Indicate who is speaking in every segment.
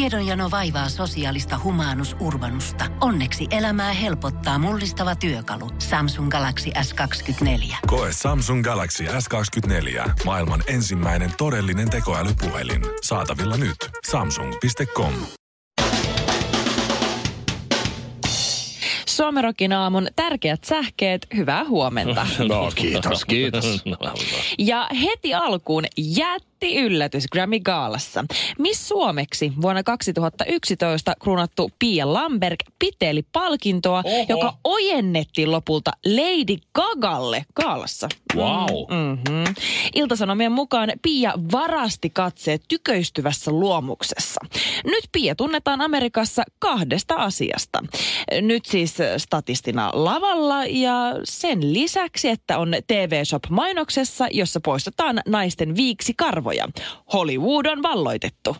Speaker 1: Tiedonjano vaivaa sosiaalista humanus urbanusta. Onneksi elämää helpottaa mullistava työkalu. Samsung Galaxy S24.
Speaker 2: Koe Samsung Galaxy S24. Maailman ensimmäinen todellinen tekoälypuhelin. Saatavilla nyt. Samsung.com.
Speaker 3: Suomerokin aamun tärkeät sähkeet, hyvää huomenta.
Speaker 4: No kiitos, kiitos.
Speaker 3: Ja heti alkuun jätti yllätys Grammy Gaalassa. Miss Suomeksi vuonna 2011 kruunattu Pia Lamberg piteli palkintoa,
Speaker 4: Oho.
Speaker 3: joka ojennettiin lopulta Lady Gagalle Gaalassa.
Speaker 4: Wow.
Speaker 3: Mm-hmm. Iltasanomien mukaan Pia varasti katseet tyköistyvässä luomuksessa. Nyt Pia tunnetaan Amerikassa kahdesta asiasta. Nyt siis statistina lavalla ja sen lisäksi, että on TV Shop-mainoksessa, jossa poistetaan naisten viiksi karvoja. Hollywood on valloitettu.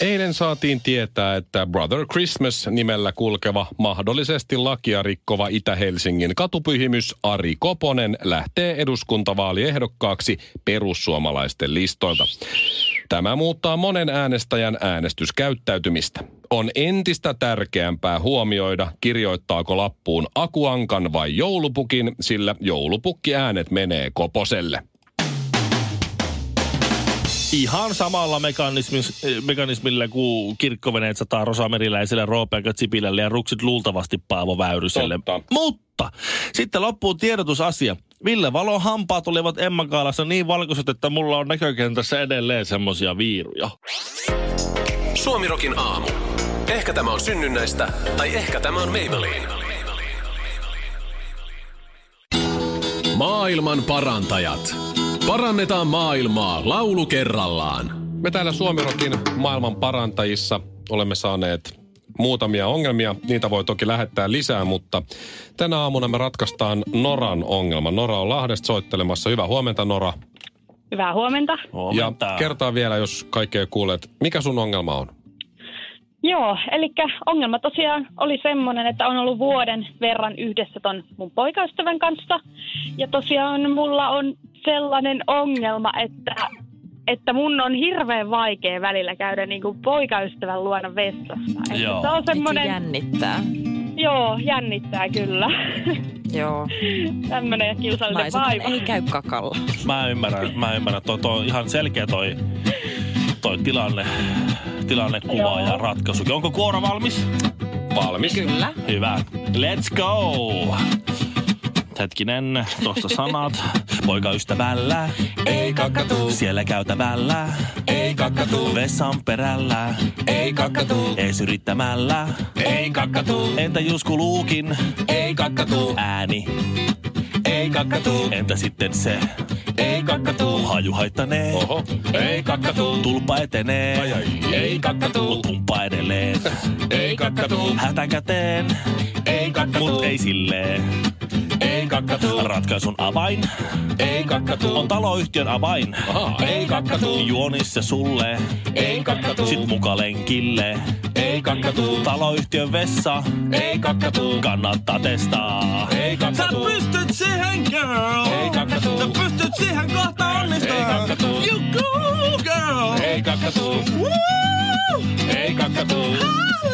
Speaker 4: Eilen saatiin tietää, että Brother Christmas nimellä kulkeva, mahdollisesti lakia rikkova Itä-Helsingin katupyhimys Ari Koponen lähtee eduskuntavaaliehdokkaaksi perussuomalaisten listoilta. Tämä muuttaa monen äänestäjän äänestyskäyttäytymistä. On entistä tärkeämpää huomioida, kirjoittaako lappuun akuankan vai joulupukin, sillä joulupukki äänet menee Koposelle.
Speaker 5: Ihan samalla mekanismis, eh, mekanismilla kuin kirkkoveneet sataa Rosameriläiselle, Roopeakö Sipilälle ja ruksit luultavasti Paavo Väyryselle.
Speaker 4: Totta.
Speaker 5: Mutta sitten loppuu tiedotusasia. Ville Valon hampaat olivat Emma Kaalassa niin valkoiset, että mulla on näkökentässä edelleen semmosia viiruja.
Speaker 2: Suomirokin aamu. Ehkä tämä on synnynnäistä, tai ehkä tämä on Maybelline. Maailman parantajat. Parannetaan maailmaa laulu kerrallaan.
Speaker 4: Me täällä Suomirokin maailman parantajissa olemme saaneet muutamia ongelmia. Niitä voi toki lähettää lisää, mutta tänä aamuna me ratkaistaan Noran ongelma. Nora on Lahdesta soittelemassa. Hyvää huomenta, Nora.
Speaker 6: Hyvää huomenta.
Speaker 5: Huomenta.
Speaker 4: Ja kertaa vielä, jos kaikkea kuulet, mikä sun ongelma on?
Speaker 6: Joo, eli ongelma tosiaan oli semmoinen, että on ollut vuoden verran yhdessä ton mun poikaystävän kanssa. Ja tosiaan mulla on sellainen ongelma, että, että mun on hirveän vaikea välillä käydä niinku poikaystävän luona vessassa. Että
Speaker 5: Joo.
Speaker 6: Se on
Speaker 3: Nyt se
Speaker 6: semmoinen,
Speaker 3: jännittää.
Speaker 6: joo, jännittää kyllä.
Speaker 3: Joo.
Speaker 6: Tämmöinen kiusallinen
Speaker 3: Naisethan
Speaker 6: vaiva.
Speaker 3: ei käy kakalla.
Speaker 5: Mä ymmärrän, mä ymmärrän. Toi, toi on ihan selkeä toi, toi tilanne, tilannekuva
Speaker 6: Joo.
Speaker 5: ja ratkaisu. Onko kuoro valmis?
Speaker 4: Valmis.
Speaker 3: Kyllä.
Speaker 5: Hyvä. Let's go! Hetkinen, tuossa sanat. Poika ystävällä,
Speaker 4: Ei kakkatuu,
Speaker 5: siellä käytävällä,
Speaker 4: ei kakkatuu,
Speaker 5: vessan perällä,
Speaker 4: ei kakkatuu,
Speaker 5: ees yrittämällä.
Speaker 4: ei kakkatuu,
Speaker 5: Entä jos kuluukin
Speaker 4: ei kakkatuu,
Speaker 5: ääni?
Speaker 4: ei kakkatuu,
Speaker 5: Entä sitten se
Speaker 4: ei kakkatuu.
Speaker 5: haju haittanee?
Speaker 4: Oho, ei kakkatuu,
Speaker 5: Tulpa etenee,
Speaker 4: ai ai, ei kakkatuu,
Speaker 5: mut tumppa edelleen.
Speaker 4: ei kakkatuu,
Speaker 5: Hätä käteen,
Speaker 4: ei kakkatuu,
Speaker 5: mut ei silleen.
Speaker 4: ei kakkatuu.
Speaker 5: Ratkaisun avain
Speaker 4: Ei kakkatu.
Speaker 5: on taloyhtiön avain.
Speaker 4: Ahaa, ei kakkatu.
Speaker 5: Juonissa sulle,
Speaker 4: Ei kakkatu.
Speaker 5: sit muka lenkille.
Speaker 4: Ei kakkatu.
Speaker 5: Taloyhtiön vessa
Speaker 4: Ei kakkatu.
Speaker 5: kannattaa testaa.
Speaker 4: Ei
Speaker 7: Sä
Speaker 4: kakkatu.
Speaker 7: pystyt siihen, girl.
Speaker 4: Ei kakkatu.
Speaker 7: Sä pystyt siihen kohta
Speaker 4: Ei
Speaker 7: onnistumaan.
Speaker 4: kakkatu.
Speaker 7: You go, girl.
Speaker 4: Ei kakkatu.
Speaker 7: Woo!
Speaker 4: Ei kakkatu.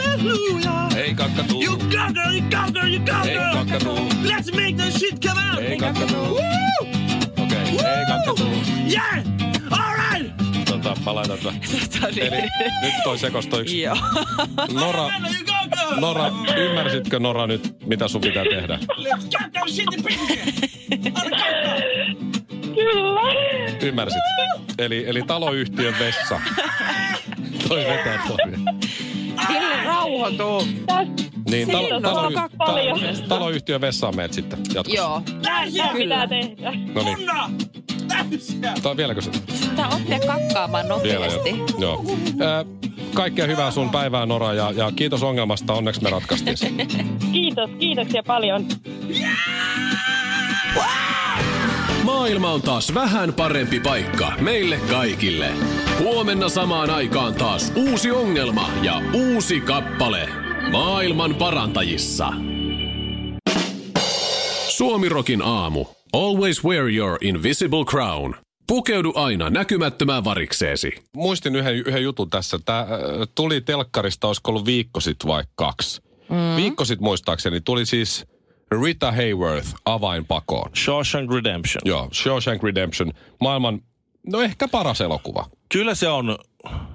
Speaker 7: Hallelujah.
Speaker 4: Ei kakkatu.
Speaker 7: You go, girl. You go, girl. You go,
Speaker 4: Ei
Speaker 7: girl.
Speaker 4: kakkatu.
Speaker 7: Let's make that shit come out.
Speaker 4: Ei kakkatu.
Speaker 7: Woo!
Speaker 4: Okei, ei kakkatu.
Speaker 7: Yeah! All right!
Speaker 4: Tota, mä laitan tätä. Eli nyt toi sekosta yksi.
Speaker 3: Tota niin. Joo.
Speaker 4: Nora,
Speaker 7: You go, girl.
Speaker 4: Nora, ymmärsitkö Nora nyt, mitä sun pitää tehdä?
Speaker 7: Let's get that shit in business. All right,
Speaker 6: Kyllä.
Speaker 4: Ymmärsit. Eli, eli taloyhtiön vessa. Toi vetää toi.
Speaker 3: Ville rauhoituu.
Speaker 4: Niin, talo,
Speaker 3: Siinä on
Speaker 4: taloy,
Speaker 6: paljon.
Speaker 4: talo, taloyhtiön vessaan meet sitten jatkossa.
Speaker 3: Joo.
Speaker 6: Näin
Speaker 3: Kyllä.
Speaker 6: pitää tehdä.
Speaker 4: No niin.
Speaker 7: Nonna. Täysiä.
Speaker 4: Tai vieläkö se?
Speaker 3: Pitää oppia kakkaamaan
Speaker 4: Vielä jo.
Speaker 3: nopeasti.
Speaker 4: Joo. Ö, Kaikkea hyvää sun päivää, Nora, ja, ja kiitos ongelmasta. Onneksi me ratkaistiin se.
Speaker 6: Kiitos, kiitoksia paljon.
Speaker 2: Maailma on taas vähän parempi paikka meille kaikille. Huomenna samaan aikaan taas uusi ongelma ja uusi kappale. Maailman parantajissa. Suomirokin aamu. Always wear your invisible crown. Pukeudu aina näkymättömään varikseesi.
Speaker 4: Muistin yhden, yhden jutun tässä. Tämä äh, tuli telkkarista, olisiko ollut viikko sitten vai kaksi. Mm. Viikko sitten muistaakseni tuli siis Rita Hayworth avainpakoon.
Speaker 5: Shawshank Redemption.
Speaker 4: Joo, Shawshank Redemption. Maailman, no ehkä paras elokuva.
Speaker 5: Kyllä se on,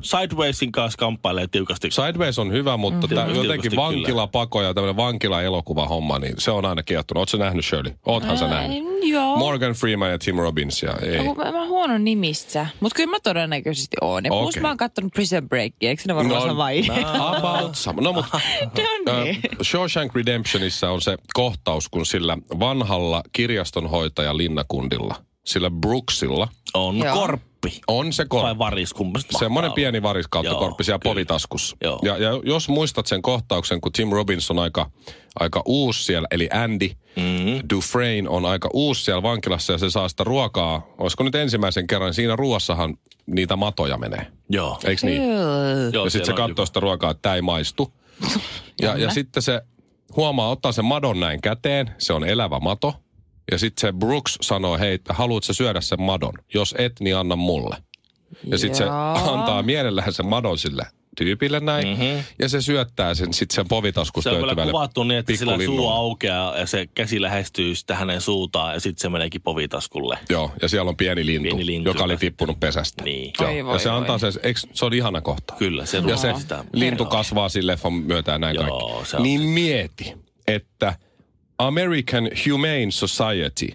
Speaker 5: Sidewaysin kanssa kamppailee tiukasti.
Speaker 4: Sideways on hyvä, mutta
Speaker 3: Mm-hmm.
Speaker 4: mm. tää,
Speaker 5: Tietysti
Speaker 4: jotenkin
Speaker 5: kyllä.
Speaker 4: vankilapako ja tämmöinen vankilaelokuvahomma, niin se on aina kiehtonut. Oletko nähnyt Shirley? Oothan sä nähnyt.
Speaker 3: Äh, Joo.
Speaker 4: Morgan Freeman ja Tim Robbins ja ei.
Speaker 3: Mä, mä, mä huono nimissä, mutta kyllä mä todennäköisesti oon. Ja plus
Speaker 4: Okei.
Speaker 3: mä oon kattonut Prison Breakia, eikö ne varmaan no, sama ihminen?
Speaker 4: about sama. No, mutta
Speaker 3: No niin.
Speaker 4: Shawshank Redemptionissa on se kohtaus, kun sillä vanhalla kirjastonhoitaja linnakunnilla, sillä Brooksilla,
Speaker 5: On
Speaker 3: Joo.
Speaker 5: korppi.
Speaker 4: on se
Speaker 5: Vai
Speaker 4: korppi.
Speaker 5: varis, kummasta
Speaker 4: Semmoinen
Speaker 5: mahtaa
Speaker 4: pieni
Speaker 5: Joo,
Speaker 4: variskauttokorppi siellä
Speaker 5: kyllä.
Speaker 4: politaskussa.
Speaker 5: Joo.
Speaker 4: Ja, ja jos muistat sen kohtauksen, kun Tim Robbins on aika, aika uusi siellä, eli Andy mm-hmm. Dufresne on aika uusi siellä vankilassa ja se saa sitä ruokaa. Olisiko nyt ensimmäisen kerran, niin siinä ruoassahan niitä matoja menee.
Speaker 5: Joo.
Speaker 4: Eikö niin?
Speaker 5: Joo,
Speaker 4: ja sitten se
Speaker 5: siellä on
Speaker 4: katsoo sitä ruokaa, että tämä ei maistu. ja, ja sitten se huomaa, ottaa sen madon näin käteen, se on elävä mato. Ja sitten se Brooks sanoo, hei, että haluatko sä syödä sen madon? Jos et, niin anna mulle. Ja sitten se
Speaker 3: Joo.
Speaker 4: antaa mielellään sen madon sille tyypille näin. Mm-hmm. Ja se syöttää sen sitten sen
Speaker 5: joku- Mhm. Se
Speaker 4: povitaskusta
Speaker 5: on vielä
Speaker 4: löytyvälle
Speaker 5: kuvattu niin, että sillä suu
Speaker 4: pikkulinnulle.
Speaker 5: aukeaa ja se käsi lähestyy sitä hänen suutaan ja sitten se meneekin povitaskulle.
Speaker 4: Joo, ja siellä on pieni lintu,
Speaker 5: Pieni lintu,
Speaker 4: joka oli
Speaker 5: joka-
Speaker 4: tippunut pesästä.
Speaker 5: Niin.
Speaker 4: Joo.
Speaker 3: Ai
Speaker 4: ja
Speaker 3: voi,
Speaker 4: se
Speaker 3: voi.
Speaker 4: antaa sen, eikö, se on ihana kohta.
Speaker 5: Kyllä, se
Speaker 4: Ja se
Speaker 5: ruokaa sitä.
Speaker 4: lintu
Speaker 5: Joo.
Speaker 4: kasvaa sille leffan myötä ja näin
Speaker 5: Joo,
Speaker 4: kaikki.
Speaker 5: se on siis-
Speaker 4: Niin
Speaker 5: sitten.
Speaker 4: mieti, että American Humane Society,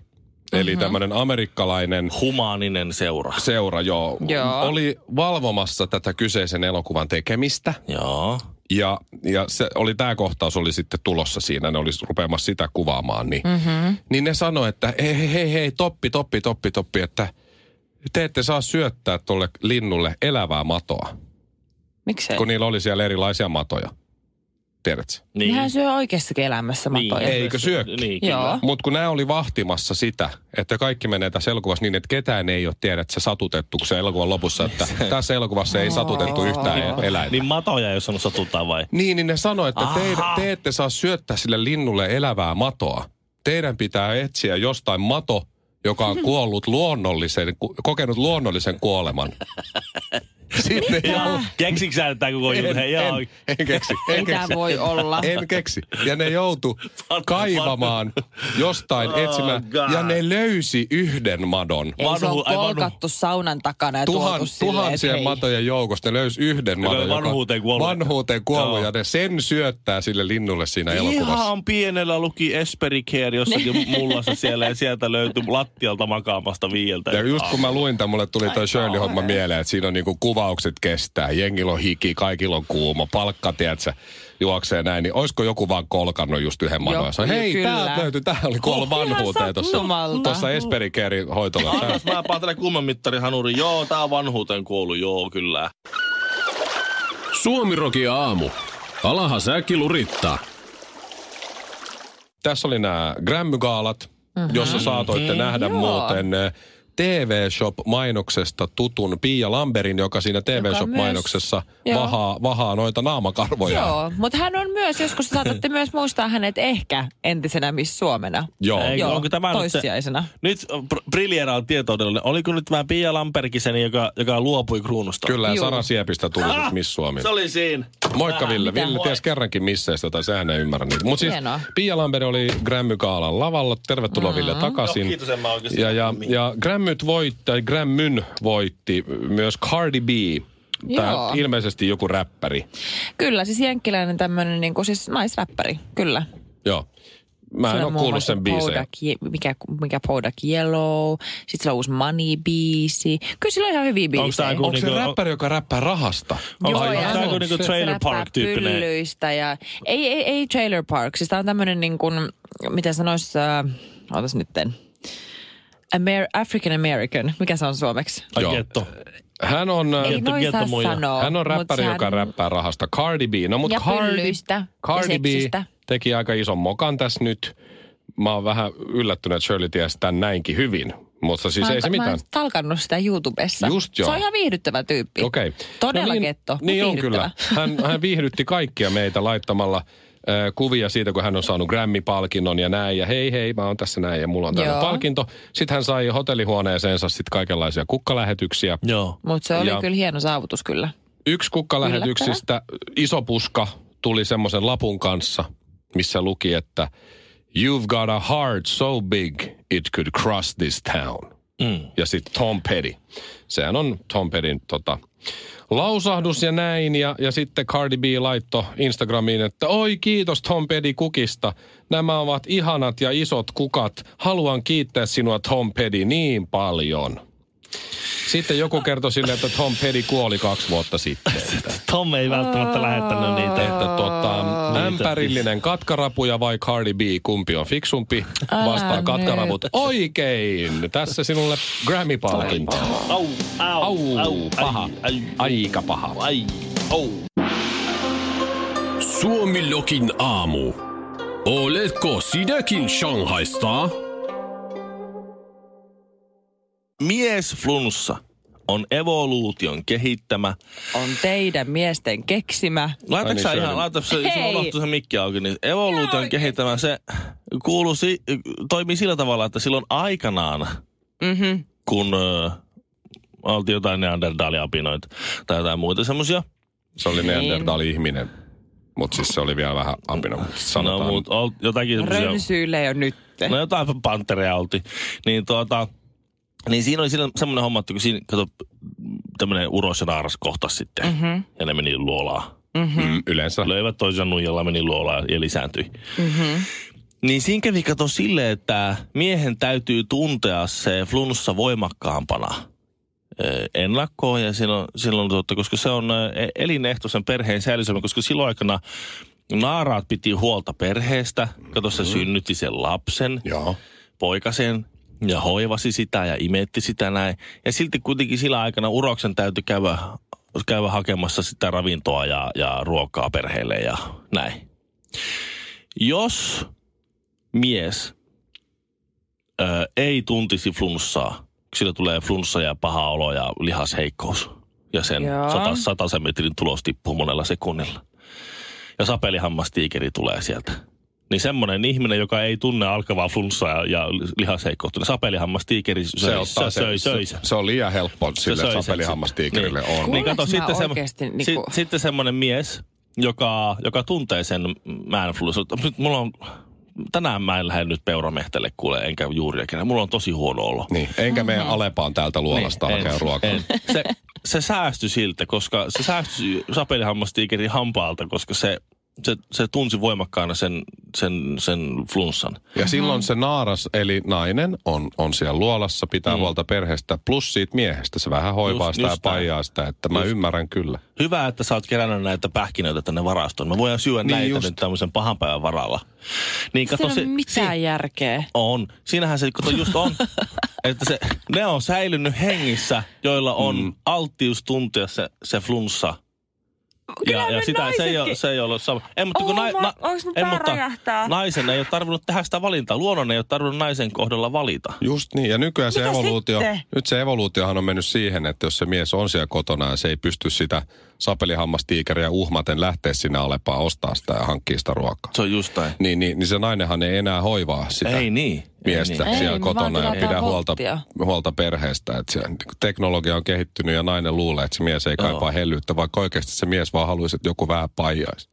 Speaker 4: eli
Speaker 5: Mhm.
Speaker 4: mm-hmm. tämmöinen amerikkalainen
Speaker 5: Humaaninen seura.
Speaker 4: seura, joo,
Speaker 3: Joo.
Speaker 4: oli valvomassa tätä kyseisen elokuvan tekemistä.
Speaker 5: Joo.
Speaker 4: Ja, ja se oli tämä kohtaus oli sitten tulossa siinä, ne olisi rupeamassa sitä kuvaamaan.
Speaker 3: Mm.
Speaker 4: Niin, mm-hmm. niin ne sanoi, että hei, hei, hei, hei, toppi, toppi, toppi, toppi, että te ette saa syöttää tuolle linnulle elävää matoa,
Speaker 3: Miksei?
Speaker 4: kun niillä oli siellä erilaisia matoja. Tiedätkö?
Speaker 5: Niin.
Speaker 3: Nehän syö oikeassakin elämässä matoja.
Speaker 4: Ei. Eikö syökin?
Speaker 5: Niin, kyllä.
Speaker 3: Joo.
Speaker 4: Mutta kun nämä oli vahtimassa sitä, että kaikki menee tässä elokuvassa niin, että ketään ei ole tiedä, että se satutettu, kun se elokuvan lopussa, että tässä elokuvassa ei satutettu yhtään eläintä.
Speaker 5: Niin matoja, jos on satutaan vai?
Speaker 4: Niin, niin ne sanoi, että te,
Speaker 5: Aha.
Speaker 4: te ette saa syöttää sille linnulle elävää matoa. Teidän pitää etsiä jostain mato, joka on kuollut luonnollisen, ku- kokenut luonnollisen kuoleman. Sitten
Speaker 5: Joo. Keksitkö sä tää koko juttu? Hei, joo.
Speaker 4: en, en keksi, en
Speaker 3: Mitä
Speaker 4: keksi.
Speaker 3: voi olla?
Speaker 4: En keksi. Ja ne joutu kaivamaan jostain
Speaker 5: Oh,
Speaker 4: etsimään.
Speaker 5: God.
Speaker 4: Ja ne löysi yhden madon.
Speaker 3: Ei, se
Speaker 5: Vanhu-
Speaker 3: on
Speaker 5: ai, vanhu-
Speaker 3: polkattu saunan takana ja
Speaker 4: Tuhan,
Speaker 3: tuotu silleen, että
Speaker 4: tuhansien
Speaker 3: hei.
Speaker 4: matojen joukosta ne löysi yhden
Speaker 5: Joka
Speaker 4: madon.
Speaker 5: oli vanhuuteen kuollut.
Speaker 4: Vanhuuteen kuollut
Speaker 5: Joo.
Speaker 4: ja ne sen syöttää sille linnulle siinä elokuvassa.
Speaker 5: Ihan pienellä luki Espericare jossakin mullassa siellä ja sieltä löytyi lattialta makaamasta viieltä.
Speaker 4: Ja just kun mä luin tämän, mulle tuli toi Shirley Homma mieleen, että siinä on niinku kuvaukset kestää, jengillä on hiki, kaikilla on kuuma, palkka, tiedätkö, juoksee näin, niin olisiko joku vaan kolkannut just yhden
Speaker 3: Joo,
Speaker 4: madon ja sanoi, hei,
Speaker 3: kyllä.
Speaker 4: tää löytyi, tää oli kuollut
Speaker 3: Ihan
Speaker 4: vanhuuteen tuossa,
Speaker 3: sattumalta.
Speaker 4: tuossa Esperikerin hoitolassa.
Speaker 5: Annas mä päätelen kummemittari Hanuri. Joo, tää on vanhuuteen kuollut. Joo, kyllä.
Speaker 2: Suomirokia aamu. Alaha säki lurittaa.
Speaker 4: Tässä oli nämä Grammy-gaalat, jossa saatoitte nähdä
Speaker 3: Mhm. Niin, Joo.
Speaker 4: muuten eh, TV Shop-mainoksesta tutun Pia Lamberin, joka siinä TV
Speaker 3: myös-
Speaker 4: Shop-mainoksessa
Speaker 3: Joo.
Speaker 4: vahaa, vahaa noita naamakarvoja.
Speaker 3: Joo, mutta hän on myös, joskus saatatte myös muistaa hänet ehkä entisenä Miss Suomena.
Speaker 4: Joo.
Speaker 5: Ei,
Speaker 3: Joo,
Speaker 5: onko tämä nyt se-
Speaker 3: toissijaisena.
Speaker 5: Nyt br- Briljera on tietoudellinen. Oliko nyt tämä Pia Lamperkisen, joka, joka luopui kruunusta?
Speaker 4: Kyllä, ja
Speaker 3: Juu. Ah!
Speaker 4: Sara Siepistä tuli nyt Miss Suomi.
Speaker 5: Se oli siinä.
Speaker 4: Moikka Ville.
Speaker 3: Mitä?
Speaker 4: Ville
Speaker 3: Moi.
Speaker 4: ties kerrankin misseistä, tai sehän ei ymmärrä niitä. Mutta siis
Speaker 3: Hienoa. Mm.
Speaker 4: Pia Lamberi oli Grammy Kaalan lavalla. Tervetuloa mm-hmm. Ville takaisin.
Speaker 5: Joo, kiitos, en mä oikeesti-
Speaker 4: ja, ja, ja Grammyt voitti, tai Grammyn voitti myös Cardi B. Tää
Speaker 3: Joo.
Speaker 4: ilmeisesti joku räppäri.
Speaker 3: Kyllä, siis jenkkiläinen tämmöinen niin kuin siis naisräppäri, kyllä.
Speaker 4: Joo. Mä en
Speaker 3: Sillä
Speaker 4: ole
Speaker 3: on muun
Speaker 4: kuullut
Speaker 3: muassa
Speaker 4: sen biisejä.
Speaker 3: Kodak Ye- mikä, mikä Kodak Yellow, sitten sillä on uusi Money-biisi. Kyllä sillä on ihan hyviä biisejä.
Speaker 5: Onko tää joku
Speaker 4: Onko se
Speaker 5: niinku-
Speaker 4: räppäri, joka räppää rahasta?
Speaker 5: Onko
Speaker 3: Joo,
Speaker 5: se-
Speaker 3: ja
Speaker 5: onko se joku niinku
Speaker 3: se
Speaker 5: Trailer
Speaker 3: räppää
Speaker 5: Park-tyyppinen?
Speaker 3: pyllyistä ja, ei, ei, ei Trailer Park. Siis tää on tämmönen niin kuin, mitä sanois, äh, ootas nytten. Amer- African American, mikä se on suomeksi?
Speaker 5: Ai
Speaker 4: Joo.
Speaker 5: Ketto.
Speaker 4: Hän on... äh,
Speaker 3: Ei
Speaker 5: Getto-
Speaker 3: noin saa
Speaker 5: gettomuija.
Speaker 3: sanoa.
Speaker 4: Hän
Speaker 3: mut
Speaker 4: on räppäri,
Speaker 3: sehän-
Speaker 4: joka räppää rahasta. Cardi B. No, mutta
Speaker 3: Ja
Speaker 4: Cardi,
Speaker 3: pyllyistä ja
Speaker 4: Cardi B
Speaker 3: seksistä.
Speaker 4: teki aika ison mokan tässä nyt. Mä oon vähän yllättynyt, että Shirley tiesi tämän näinkin hyvin. Mutta
Speaker 3: Mä
Speaker 4: siis
Speaker 3: oon-
Speaker 4: ei se
Speaker 3: Mä
Speaker 4: mitään.
Speaker 3: oon talkannut sitä YouTubessa.
Speaker 4: Just joo.
Speaker 3: Se on ihan viihdyttävä tyyppi.
Speaker 4: Okei.
Speaker 3: Todella
Speaker 4: niin,
Speaker 3: getto, mut
Speaker 4: Niin on
Speaker 3: viihdyttävä.
Speaker 4: kyllä. Hän, hän viihdytti kaikkia meitä laittamalla ö, kuvia siitä, kun hän on saanut Grammy-palkinnon ja näin. Ja hei, hei, mä oon tässä näin ja mulla on tällainen
Speaker 8: Joo.
Speaker 4: palkinto. Sitten hän sai hotellihuoneeseensa sitten kaikenlaisia kukkalähetyksiä.
Speaker 5: Joo.
Speaker 8: Mutta se oli
Speaker 4: Ja-
Speaker 8: kyllä hieno saavutus kyllä.
Speaker 4: Yksi kukkalähetyksistä, iso puska, tuli semmoisen lapun kanssa, missä luki, että You've got a heart so big it could cross this town.
Speaker 5: Mm.
Speaker 4: Ja sitten Tom Petty. Sehän on Tom Pettyn tota, lausahdus ja näin. Ja, ja sitten Cardi B laitto Instagramiin, että oi kiitos Tom Petty kukista. Nämä ovat ihanat ja isot kukat. Haluan kiittää sinua Tom Petty niin paljon. Sitten joku kertoi sille, että Tom Petty kuoli kaksi vuotta sitten.
Speaker 5: Tom ei välttämättä lähettänyt niitä.
Speaker 4: Että tota, ämpärillinen katkarapuja vai Cardi B, kumpi on fiksumpi? Vastaa katkaraput. Oikein! Tässä sinulle Grammy-palkinto.
Speaker 5: Au, au,
Speaker 4: Au, paha.
Speaker 5: ai, ai,
Speaker 4: Aika paha.
Speaker 5: ai, au.
Speaker 2: Suomilokin aamu. Oletko sinäkin Shanghaista?
Speaker 5: Mies flunssa on evoluution kehittämä.
Speaker 8: On teidän miesten keksimä.
Speaker 5: Laitatko
Speaker 4: niin,
Speaker 5: sä
Speaker 4: se
Speaker 5: ihan,
Speaker 4: oli-
Speaker 5: laitatko sä, jos
Speaker 8: Hei!
Speaker 5: mulla unohtuu se mikki auki, niin evoluution kehittämä, se kuuluu, si- toimii sillä tavalla, että silloin aikanaan,
Speaker 8: Mm-hmm.
Speaker 5: kun ö, oltiin jotain neandertaaliapinoita tai jotain muita semmosia, No,
Speaker 4: Se
Speaker 5: Niin.
Speaker 4: oli Neandertal-ihminen. Mutta siis se oli vielä vähän apina. mut
Speaker 5: no,
Speaker 4: Sanotaan,
Speaker 5: mut, ol, jotakin semmosia,
Speaker 8: Rönsyyle jo nyt.
Speaker 5: No jotain pantereja oltiin. Niin tuota, niin siinä oli sillä- semmoinen homma, että kun siinä, kato, tämmöinen uros ja naaras kohtas sitten. Mm-hmm. Ja ne meni luolaan.
Speaker 4: mm, yleensä.
Speaker 5: Löivät toisen nuijalla, meni luolaan ja lisääntyi. Mm-hmm. Niin siinä kävi kato silleen, että miehen täytyy tuntea se flunssa voimakkaampana ö, ennakkoon ja silloin, silloin tuota, koska se on ö, elinehto sen perheen säilymisen, koska silloin aikana No naaraat piti huolta perheestä. Kato, se synnytti sen lapsen
Speaker 4: Joo.
Speaker 5: poikasen ja hoivasi sitä ja imetti sitä näin. Ja silti kuitenkin sillä aikana uroksen täytyy käydä, käydä hakemassa sitä ravintoa ja, ja ruokaa perheelle ja näin. Jos mies ö, ei tuntisi flunssaa, sillä tulee flunssa ja paha olo ja lihasheikkous. Ja sen
Speaker 8: Joo.
Speaker 5: sata, sataisen metrin tulos tippuu monella sekunnilla. Ja sapelihammastiikeri tulee sieltä. Niin semmoinen ihminen, joka ei tunne alkavaa flunssaa ja, ja lihasheikkoutta, niin sapelihammastiikeri söi,
Speaker 4: Se, ottaa
Speaker 5: se, söi,
Speaker 4: se,
Speaker 5: söi
Speaker 4: se,
Speaker 5: sen.
Speaker 4: se on liian helppo
Speaker 5: söi
Speaker 4: sille
Speaker 5: sen
Speaker 4: sapelihammastiikerille
Speaker 5: sitten.
Speaker 4: on.
Speaker 5: Niin
Speaker 8: Kuuleks
Speaker 5: kato,
Speaker 8: mä
Speaker 5: sitten,
Speaker 8: oikeesti
Speaker 5: semmo-
Speaker 3: niin
Speaker 8: niinku-
Speaker 5: sit, sitten semmoinen mies, joka, joka tuntee sen mä en flunssa. Nyt mulla on, tänään mä en lähde nyt peuramehtelle kuule, enkä juuria kerran. Mulla on tosi huono olo.
Speaker 4: Niin. Enkä mene Alepaan täältä luolasta niin,
Speaker 5: Mm. en,
Speaker 4: hakemaan ruokaa.
Speaker 5: en. Se, se säästyi siltä, koska se säästyi sapelihammastiikerin hampaalta, koska se, se, se tunsi voimakkaana sen, sen, sen flunssan.
Speaker 4: Ja silloin se naaras, eli nainen, on, on siellä luolassa, pitää mm. huolta perheestä, plus siitä miehestä. Se vähän hoivaa
Speaker 5: Just-
Speaker 4: sitä ja
Speaker 5: just
Speaker 4: paijaa sitä, että mä
Speaker 5: Just.
Speaker 4: ymmärrän kyllä.
Speaker 5: Hyvä, että sä oot kerännyt näitä pähkinöitä tänne varastoon. Me voidaan syödä
Speaker 4: Niin
Speaker 5: niin näitä
Speaker 4: just.
Speaker 5: nyt tämmöisen pahan päivän varalla. Niin
Speaker 8: Kato, se
Speaker 5: kato se...
Speaker 8: on mitään
Speaker 5: si-
Speaker 8: järkeä.
Speaker 5: on. Siinähän se kato just on, että se, ne on säilynyt hengissä, joilla on mm. alttius tuntia se, se flunssa.
Speaker 8: Kyllä ne
Speaker 5: se ei, ole,
Speaker 8: naisetkin-
Speaker 5: se ei ole sama. Ei, mutta kun
Speaker 8: Oh my- ois mun
Speaker 5: ei,
Speaker 8: pää räjähtää.
Speaker 5: naisen ei ole tarvinnut tehdä sitä valintaa. Luonnon ei ole tarvinnut naisen kohdalla valita.
Speaker 4: Just niin, ja nykyään se
Speaker 8: Mitä
Speaker 4: evoluutio,
Speaker 8: sitten?
Speaker 4: nyt se evoluutiohan on mennyt siihen, että jos se mies on siellä kotona ja se ei pysty sitä sapelihammastiikeriä uhmaten lähteä sinne Alepaan ostaa sitä ja hankkia sitä ruokaa.
Speaker 5: Se on just näin.
Speaker 4: Niin, niin, niin se nainenhan ei enää hoivaa sitä
Speaker 5: Ei niin.
Speaker 4: miestä
Speaker 5: Ei niin.
Speaker 4: siellä
Speaker 8: Ei, me vaan
Speaker 4: kotona ja
Speaker 8: tilataan
Speaker 4: pidä huolta,
Speaker 8: volttia.
Speaker 4: huolta perheestä. Että se, teknologia on kehittynyt ja nainen luulee, että se mies ei kaipaa hellyyttä, vaikka oikeasti se mies vaan haluaisi, että joku vähän paijaisi.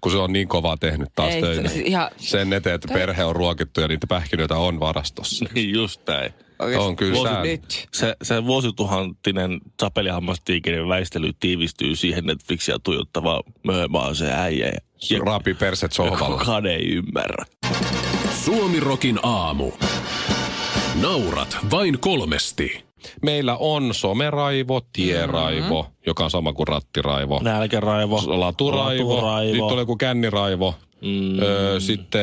Speaker 4: Kun se on niin kovaa tehnyt taas
Speaker 8: Ei,
Speaker 4: töitä.
Speaker 8: se- se- ihan-
Speaker 4: Sen eteen, että perhe on ruokittu ja niitä pähkinöitä on varastossa.
Speaker 5: Niin just näin.
Speaker 4: on kyllä
Speaker 5: Vuosi-
Speaker 4: sääli.
Speaker 8: Nyt.
Speaker 5: Se, se vuosituhantinen sapelihammastiikerin väistely tiivistyy siihen Netflixiä tuijottava möhömaaseen äijä.
Speaker 4: Se Raapi perset sohvalla.
Speaker 5: Kukaan ei ymmärrä.
Speaker 2: Suomirokin aamu. Naurat vain kolmesti.
Speaker 4: Meillä on someraivo, tieraivo, mm-hmm. joka on sama kuin rattiraivo.
Speaker 5: Nälkäraivo.
Speaker 4: Laturaivo,
Speaker 5: Laturaivo.
Speaker 4: nyt oli joku känniraivo. Mm. Öö, sitten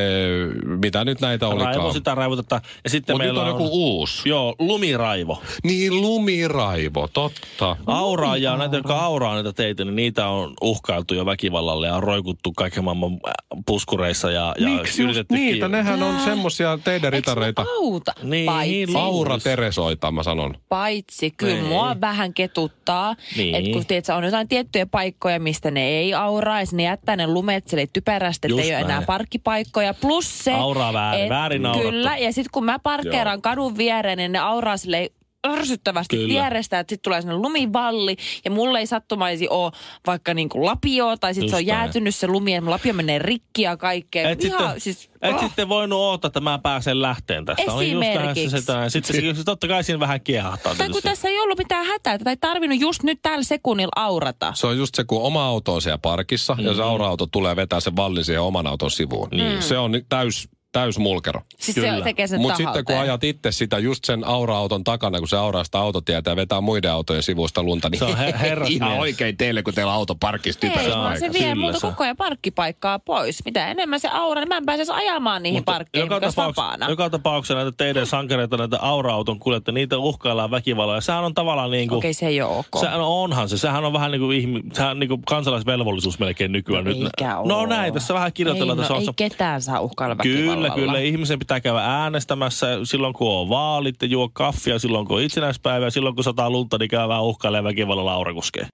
Speaker 4: mitä nyt näitä olikaan?
Speaker 5: Raivo sitä raivotetta. Ja sitten
Speaker 4: Mut nyt
Speaker 5: meillä
Speaker 4: on joku uusi.
Speaker 5: Joo, lumiraivo.
Speaker 4: Niin lumiraivo, totta.
Speaker 5: Auraajaa, näitä, jotka auraa näitä teitä, niin niitä on uhkailtu jo väkivallalle ja on roikuttu kaiken maailman äh, puskureissa ja, ja
Speaker 4: Miksi just
Speaker 5: yritetty
Speaker 4: niitä?
Speaker 5: kiinni.
Speaker 4: Nehän on semmosia teidän
Speaker 8: Eikö mä
Speaker 4: ritareita.
Speaker 8: auta?
Speaker 5: Niin,
Speaker 8: Paitsi,
Speaker 5: luulis.
Speaker 4: Aura Teresoita, mä sanon.
Speaker 8: paitsi kyllä
Speaker 5: Niin.
Speaker 8: mua vähän ketuttaa,
Speaker 5: Niin.
Speaker 8: että kun tiedätkö, on jotain tiettyjä paikkoja, mistä ne ei auraa, ja sinne jättää ne lumet sille typerästi, että
Speaker 5: Just
Speaker 8: ei
Speaker 3: ei ole
Speaker 5: näin.
Speaker 3: enää parkkipaikkoja. Plus se,
Speaker 5: Auraa väärin,
Speaker 3: et-
Speaker 5: väärin naurattu.
Speaker 3: Kyllä, ja sitten kun mä parkkeeraan kadun viereen, niin ne auraa silleen ärsyttävästi
Speaker 5: Kyllä.
Speaker 3: vierestä, että sitten tulee sinne lumivalli, ja mulle ei sattumaisi ole vaikka niinku lapio, tai sitten
Speaker 5: Just
Speaker 3: se on
Speaker 5: näin.
Speaker 3: jäätynyt se lumi, ja mun lapio menee rikki ja kaikkea.
Speaker 5: Et sitten, siis, et
Speaker 3: oh.
Speaker 5: sitten voinut odottaa, että mä pääsen lähteen tästä. Olin just
Speaker 3: Esimerkiksi.
Speaker 5: lähdössä sitä, ja sitten se, totta kai siinä vähän kiehahtaa.
Speaker 3: Tai kun
Speaker 5: tietysti.
Speaker 3: tässä ei ollut mitään hätää, tätä ei tarvinnut just nyt tällä sekunnilla aurata.
Speaker 4: Se on just se, kun oma auto on siellä parkissa mm-hmm. ja se aura-auto tulee vetää sen vallin siihen oman auton sivuun. Niin. Se on ni- täys, täys mulkero.
Speaker 3: Siis se tekee sen
Speaker 4: Mutta sitten kun
Speaker 3: tahalteen.
Speaker 4: ajat itse sitä just sen aura-auton takana, kun se auraa sitä autotietä ja vetää muiden autojen sivusta lunta, niin
Speaker 5: Se on her- herrasmies.
Speaker 4: ihan oikein teille, kun teillä auto parkissa
Speaker 3: Ei,
Speaker 4: typerässä
Speaker 3: vaan se
Speaker 4: paikassa.
Speaker 3: vie
Speaker 5: Kyllä
Speaker 3: multa
Speaker 5: se on.
Speaker 3: koko ajan parkkipaikkaa pois. Mitä enemmän se aura, niin mä en pääse edes ajamaan niihin
Speaker 5: Mutta
Speaker 3: parkkeihin, mikä olisi
Speaker 5: tapauks-
Speaker 3: vapaana.
Speaker 5: joka tapauksessa näitä teidän sankareita, näitä aura-auton kuljettajia, niitä uhkaillaan väkivallalla. Ja sehän on tavallaan niin kuin...
Speaker 3: Okei, se ei ole ok.
Speaker 5: Sehän on, onhan se. Sehän on vähän niin kuin, ihmi, sehän on niin kuin kansalaisvelvollisuus melkein nykyään.
Speaker 3: No
Speaker 5: nyt.
Speaker 3: eikä oo.
Speaker 5: No näin, tässä vähän kirjoitellaan.
Speaker 3: ei,
Speaker 5: tässä
Speaker 3: no,
Speaker 5: on
Speaker 3: ei
Speaker 5: se-
Speaker 3: ketään saa uhkailla
Speaker 5: Kyllä,
Speaker 3: väkivallalla.
Speaker 5: kyllä. Ihmisen pitää käydä äänestämässä silloin, kun on vaalit ja juo kaffia, silloin, kun on itsenäispäivä ja silloin, kun sataa lunta, niin käy vähän uhkailemaan väkivallalla aurakuskeen.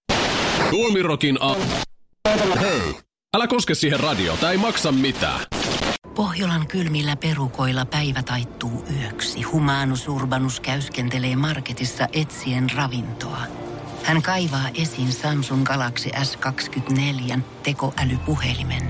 Speaker 2: Kulmirokin a... Hei! Älä koske siihen radio, tai ei maksa mitään.
Speaker 1: Pohjolan kylmillä perukoilla päivä taittuu yöksi. Humanus Urbanus käyskentelee marketissa etsien ravintoa. Hän kaivaa esiin Samsung Galaxy S24 tekoälypuhelimen,